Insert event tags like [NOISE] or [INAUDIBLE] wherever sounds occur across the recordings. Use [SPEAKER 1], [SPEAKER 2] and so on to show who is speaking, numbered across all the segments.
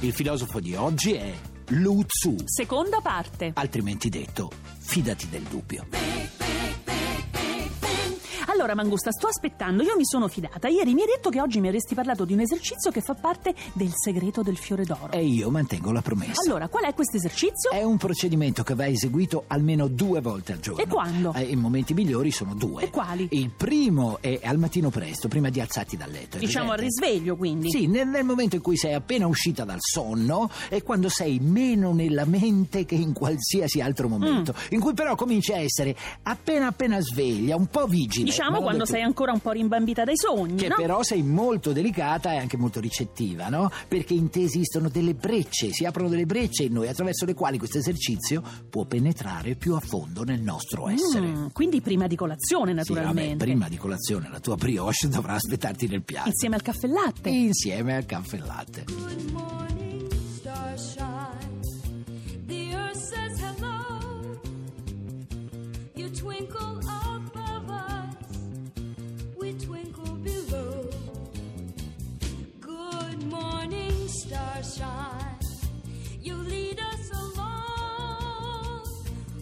[SPEAKER 1] Il filosofo di oggi è Lu Tzu,
[SPEAKER 2] Seconda parte.
[SPEAKER 1] altrimenti detto, fidati del dubbio.
[SPEAKER 2] Allora, Mangusta, sto aspettando, io mi sono fidata. Ieri mi hai detto che oggi mi avresti parlato di un esercizio che fa parte del segreto del fiore d'oro.
[SPEAKER 1] E io mantengo la promessa.
[SPEAKER 2] Allora, qual è questo esercizio?
[SPEAKER 1] È un procedimento che va eseguito almeno due volte al giorno.
[SPEAKER 2] E quando?
[SPEAKER 1] Eh, I momenti migliori sono due.
[SPEAKER 2] E quali?
[SPEAKER 1] Il primo è al mattino presto, prima di alzarti dal letto. è
[SPEAKER 2] Diciamo al
[SPEAKER 1] evidente.
[SPEAKER 2] risveglio, quindi.
[SPEAKER 1] eh, Sì, nel, nel momento in cui sei appena uscita dal sonno e quando sei meno nella mente che in qualsiasi altro momento,
[SPEAKER 2] Mm.
[SPEAKER 1] in cui però cominci a essere appena appena sveglia, un po' vigile.
[SPEAKER 2] Diciamo
[SPEAKER 1] ma non
[SPEAKER 2] quando
[SPEAKER 1] del tutto.
[SPEAKER 2] sei ancora un po' rimbambita dai sogni,
[SPEAKER 1] eh, Che
[SPEAKER 2] no?
[SPEAKER 1] però sei molto delicata e anche molto ricettiva, no? Perché in te esistono delle brecce, si aprono delle brecce in noi attraverso le quali questo esercizio può penetrare più a fondo nel nostro essere.
[SPEAKER 2] Mm, quindi prima di colazione,
[SPEAKER 1] Sì, vabbè,
[SPEAKER 2] naturalmente.
[SPEAKER 1] prima di colazione la tua brioche [LAUGHS] dovrà aspettarti nel piatto.
[SPEAKER 2] Insieme al caffè latte.
[SPEAKER 1] Insieme al caffè latte.
[SPEAKER 3] Good morning, star shine. The earth says hello. You twinkle above us, we twinkle below. Good morning, star shine. You lead us along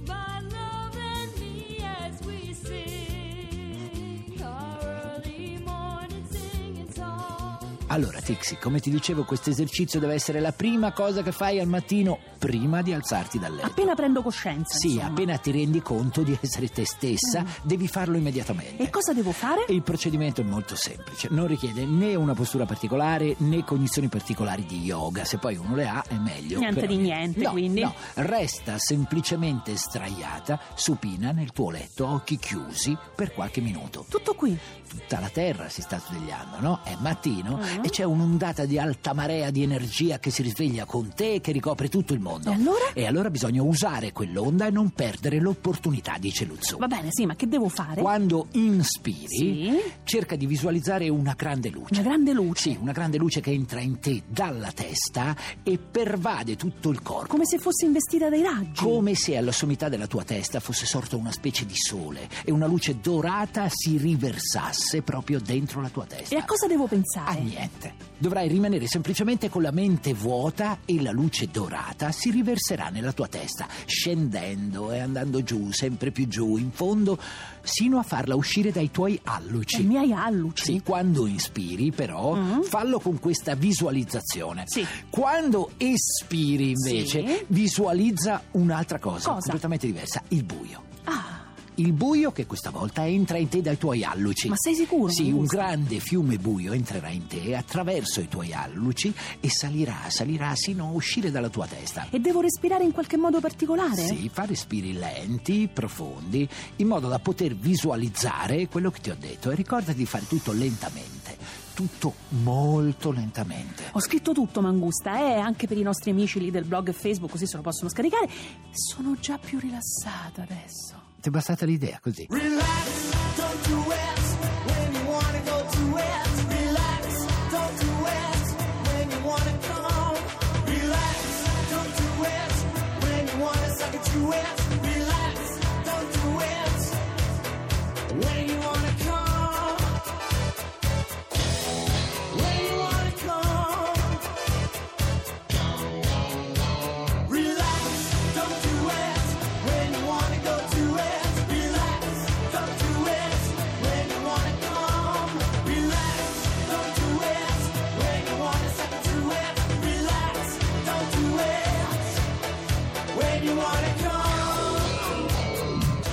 [SPEAKER 3] by love and me as we sing our early morning singing song.
[SPEAKER 1] Allora, Tixi, come ti dicevo, questo esercizio deve essere la prima cosa che fai al mattino prima di alzarti dal letto.
[SPEAKER 2] Appena prendo coscienza.
[SPEAKER 1] Sì,
[SPEAKER 2] insomma. Mm.
[SPEAKER 1] appena ti rendi conto di essere te stessa, devi farlo immediatamente.
[SPEAKER 2] E cosa devo fare?
[SPEAKER 1] Il procedimento è molto semplice, non richiede né una postura particolare né cognizioni particolari di yoga, se poi uno le ha è meglio.
[SPEAKER 2] Niente
[SPEAKER 1] però-
[SPEAKER 2] di niente,
[SPEAKER 1] No,
[SPEAKER 2] quindi.
[SPEAKER 1] No, resta semplicemente straiata, supina nel tuo letto, a occhi chiusi per qualche minuto.
[SPEAKER 2] Tutto qui.
[SPEAKER 1] Tutta la terra si sta svegliando, no? È mattino
[SPEAKER 2] Mm.
[SPEAKER 1] e c'è un'ondata di alta marea di energia che si risveglia con te e che ricopre tutto il mondo.
[SPEAKER 2] E allora?
[SPEAKER 1] E allora bisogna usare quell'onda e non perdere l'opportunità, dice Luzzo.
[SPEAKER 2] Va bene, sì, ma che devo fare?
[SPEAKER 1] Quando inspiri,
[SPEAKER 2] Sì.
[SPEAKER 1] cerca di visualizzare una grande luce.
[SPEAKER 2] Una grande luce.
[SPEAKER 1] Sì, una grande luce che entra in te dalla testa e pervade tutto il corpo.
[SPEAKER 2] Come se fossi investita dai raggi.
[SPEAKER 1] Come se alla sommità della tua testa fosse sorto una specie di sole e una luce dorata si riversasse proprio dentro la tua testa.
[SPEAKER 2] E a cosa devo
[SPEAKER 1] A
[SPEAKER 2] pensare?
[SPEAKER 1] Ah, niente. Dovrai rimanere semplicemente con la mente vuota e la luce dorata si riverserà nella tua testa, scendendo e andando giù, sempre più giù, in fondo, sino a farla uscire dai tuoi
[SPEAKER 2] I
[SPEAKER 1] alluci.
[SPEAKER 2] miei alluci.
[SPEAKER 1] Sì, quando inspiri però,
[SPEAKER 2] Mm.
[SPEAKER 1] fallo con questa visualizzazione.
[SPEAKER 2] Sì.
[SPEAKER 1] Quando espiri invece,
[SPEAKER 2] Sì.
[SPEAKER 1] visualizza un'altra cosa,
[SPEAKER 2] Cosa?
[SPEAKER 1] completamente diversa, il buio.
[SPEAKER 2] Ah,
[SPEAKER 1] Il buio che questa volta entra in te dai tuoi alluci.
[SPEAKER 2] ma sei sicuro?
[SPEAKER 1] Sì, un
[SPEAKER 2] Augusto?
[SPEAKER 1] grande fiume buio entrerà in te attraverso i tuoi alluci e salirà, salirà sino a uscire dalla tua testa.
[SPEAKER 2] E devo respirare in qualche modo particolare?
[SPEAKER 1] Sì, fa respiri lenti, profondi, in modo da poter visualizzare quello che ti ho detto e ricordati di fare tutto lentamente, tutto molto lentamente.
[SPEAKER 2] Ho scritto tutto, Mangusta, eh, anche per i nostri amici lì del blog e Facebook, così se lo possono scaricare. Sono già più rilassata adesso.
[SPEAKER 1] Ti è bastata l'idea così?
[SPEAKER 4] Relax, don't do it when you wanna go to it. Relax, don't do it when you wanna come. Relax, don't do it when you wanna suck it to it. Relax, don't do it when you wanna come. When you wanna come. Relax, don't do it when you wanna go to it. Relax, don't do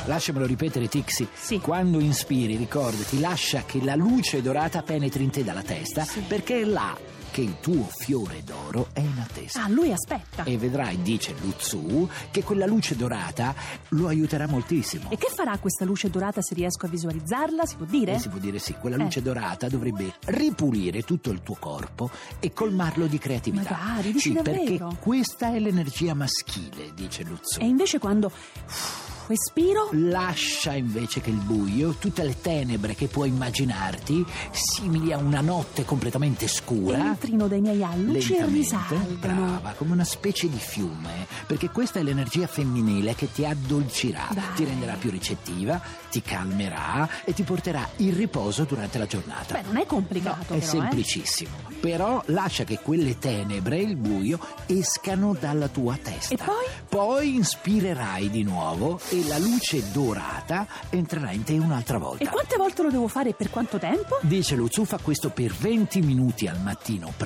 [SPEAKER 1] Lasciamelo ripetere, Tixi.
[SPEAKER 2] Sì.
[SPEAKER 1] Quando inspiri, ricordati, lascia che la luce dorata penetri in te dalla testa, perché è là che il tuo fiore d'oro è in attesa.
[SPEAKER 2] Ah, lui aspetta.
[SPEAKER 1] E vedrai, dice Luzzu, che quella luce dorata lo aiuterà moltissimo.
[SPEAKER 2] E che farà questa luce dorata se riesco a visualizzarla? Si può dire?
[SPEAKER 1] Eh, si può dire sì, quella luce dorata dovrebbe ripulire tutto il tuo corpo e colmarlo di creatività.
[SPEAKER 2] Magari, dici
[SPEAKER 1] sì, perché
[SPEAKER 2] davvero?
[SPEAKER 1] questa è l'energia maschile, dice Luzzu.
[SPEAKER 2] E invece quando uff, espiro,
[SPEAKER 1] Lascia invece che il buio, tutte le tenebre che puoi immaginarti, simili a una notte completamente scura,
[SPEAKER 2] entrino dai miei alluci e
[SPEAKER 1] lentamente,
[SPEAKER 2] risaltano.
[SPEAKER 1] brava, come una specie di fiume, perché questa è l'energia femminile che ti addolcirà,
[SPEAKER 2] Dai.
[SPEAKER 1] ti renderà più ricettiva, ti calmerà e ti porterà il riposo durante la giornata.
[SPEAKER 2] Beh, non è complicato però,
[SPEAKER 1] È
[SPEAKER 2] eh.
[SPEAKER 1] semplicissimo, però lascia che quelle tenebre, il buio, escano dalla tua testa.
[SPEAKER 2] E poi?
[SPEAKER 1] Poi inspirerai di nuovo e la luce dorata entrerà in te un'altra volta.
[SPEAKER 2] E quante volte lo devo fare e per quanto tempo?
[SPEAKER 1] Dice Luzu fa questo per 20 minuti al mattino presto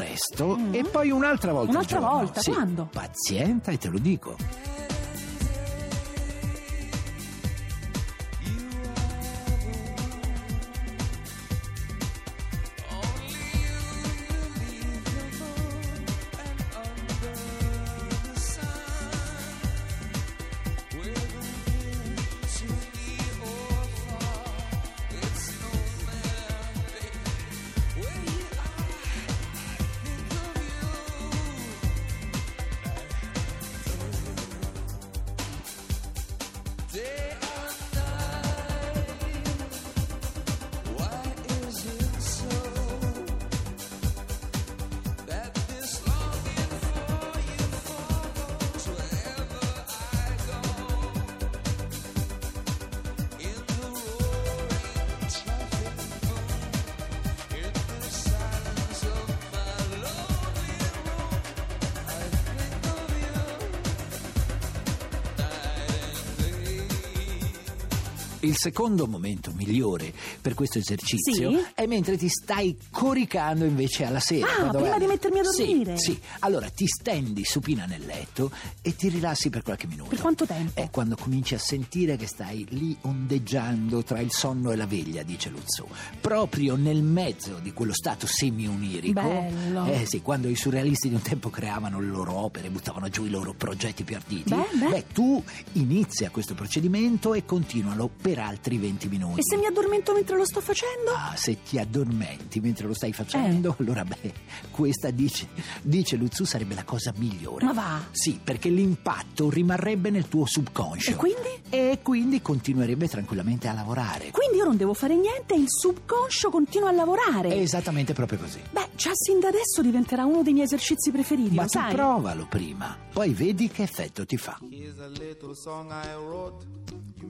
[SPEAKER 2] Mm.
[SPEAKER 1] e poi un'altra volta. al
[SPEAKER 2] Un'altra
[SPEAKER 1] giorno.
[SPEAKER 2] volta,
[SPEAKER 1] Sì,
[SPEAKER 2] quando?
[SPEAKER 1] Pazienta e te lo dico. Il secondo momento migliore per questo esercizio
[SPEAKER 2] Sì?
[SPEAKER 1] è mentre ti stai coricando invece alla sera.
[SPEAKER 2] Ah,
[SPEAKER 1] quando
[SPEAKER 2] prima
[SPEAKER 1] vai-
[SPEAKER 2] di mettermi a
[SPEAKER 1] Sì,
[SPEAKER 2] dormire.
[SPEAKER 1] Sì, allora ti stendi supina nel letto e ti rilassi per qualche minuto.
[SPEAKER 2] Per quanto tempo?
[SPEAKER 1] È quando cominci a sentire che stai lì ondeggiando tra il sonno e la veglia, dice Luzzo. Proprio nel mezzo di quello stato semi-onirico.
[SPEAKER 2] Bello.
[SPEAKER 1] Eh sì, quando i surrealisti di un tempo creavano le loro opere, buttavano giù i loro progetti più arditi.
[SPEAKER 2] Beh, beh.
[SPEAKER 1] tu inizia questo procedimento e continualo per altri 20 minuti.
[SPEAKER 2] E se mi addormento mentre lo sto facendo?
[SPEAKER 1] Ah, se ti addormenti mentre lo stai
[SPEAKER 2] Eh.
[SPEAKER 1] facendo, allora beh, questa dice, dice Luzzu sarebbe la cosa migliore.
[SPEAKER 2] Ma va.
[SPEAKER 1] Sì, perché l'impatto rimarrebbe nel tuo subconscio.
[SPEAKER 2] E quindi?
[SPEAKER 1] E quindi continuerebbe tranquillamente a lavorare.
[SPEAKER 2] Quindi io non devo fare niente e il subconscio continua a lavorare.
[SPEAKER 1] È esattamente proprio così.
[SPEAKER 2] Beh, già sin da adesso diventerà uno dei miei esercizi preferiti,
[SPEAKER 1] Ma
[SPEAKER 2] lo
[SPEAKER 1] tu
[SPEAKER 2] sai?
[SPEAKER 1] provalo prima, poi vedi che effetto ti fa.
[SPEAKER 5] Here's a little song I wrote. You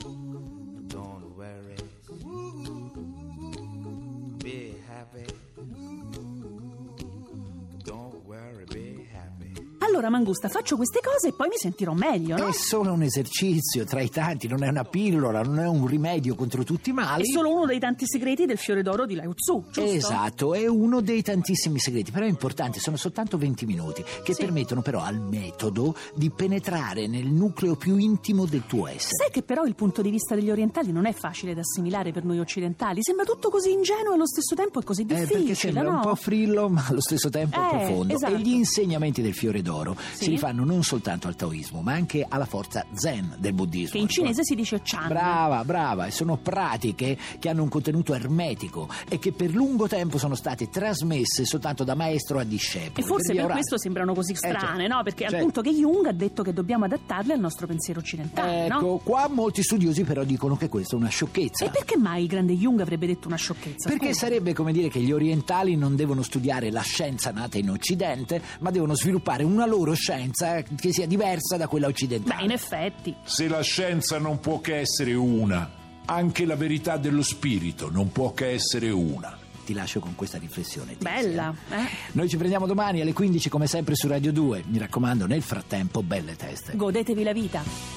[SPEAKER 5] Don't worry. Be happy. Don't worry, be happy.
[SPEAKER 2] Allora, Mangusta, faccio queste cose e poi mi sentirò meglio, no?
[SPEAKER 1] È solo un esercizio tra i tanti, non è una pillola, non è un rimedio contro tutti i mali.
[SPEAKER 2] È solo uno dei tanti segreti del fiore d'oro di Lao Tzu, giusto?
[SPEAKER 1] Esatto, è uno dei tantissimi segreti, però è importante, sono soltanto 20 minuti che
[SPEAKER 2] Sì.
[SPEAKER 1] permettono però al metodo di penetrare nel nucleo più intimo del tuo essere.
[SPEAKER 2] Sai che però il punto di vista degli orientali non è facile da assimilare per noi occidentali? Sembra tutto così ingenuo e allo stesso tempo è così
[SPEAKER 1] Eh,
[SPEAKER 2] difficile,
[SPEAKER 1] perché sembra
[SPEAKER 2] no?
[SPEAKER 1] un po' frillo, ma allo stesso tempo
[SPEAKER 2] Eh,
[SPEAKER 1] profondo.
[SPEAKER 2] esatto.
[SPEAKER 1] E gli insegnamenti del fiore d'oro si
[SPEAKER 2] Sì.
[SPEAKER 1] rifanno non soltanto al taoismo, ma anche alla forza zen del buddismo.
[SPEAKER 2] Che in cinese si dice chan.
[SPEAKER 1] Brava, brava, e sono pratiche che hanno un contenuto ermetico e che per lungo tempo sono state trasmesse soltanto da maestro a discepolo.
[SPEAKER 2] E forse
[SPEAKER 1] via
[SPEAKER 2] per
[SPEAKER 1] orale.
[SPEAKER 2] questo sembrano così
[SPEAKER 1] Eh,
[SPEAKER 2] strane,
[SPEAKER 1] certo,
[SPEAKER 2] no? Perché al
[SPEAKER 1] certo.
[SPEAKER 2] punto che Jung ha detto che dobbiamo adattarle al nostro pensiero occidentale,
[SPEAKER 1] Ecco,
[SPEAKER 2] eh, no?
[SPEAKER 1] qua molti studiosi però dicono che questa è una sciocchezza.
[SPEAKER 2] E perché mai il grande Jung avrebbe detto una sciocchezza?
[SPEAKER 1] Perché
[SPEAKER 2] Scusa.
[SPEAKER 1] sarebbe come dire che gli orientali non devono studiare la scienza nata in Occidente, ma devono sviluppare una loro scienza che sia diversa da quella
[SPEAKER 2] Beh,
[SPEAKER 1] occidentale.
[SPEAKER 2] in effetti.
[SPEAKER 6] Se la scienza non può che essere una, Anche la verità dello spirito non può che essere una.
[SPEAKER 1] Ti lascio con questa riflessione. Tizia.
[SPEAKER 2] Bella, eh?
[SPEAKER 1] Noi ci prendiamo domani alle 15 come sempre su Radio 2. Mi raccomando, nel frattempo, belle teste.
[SPEAKER 2] Godetevi la vita.
[SPEAKER 3] Oh,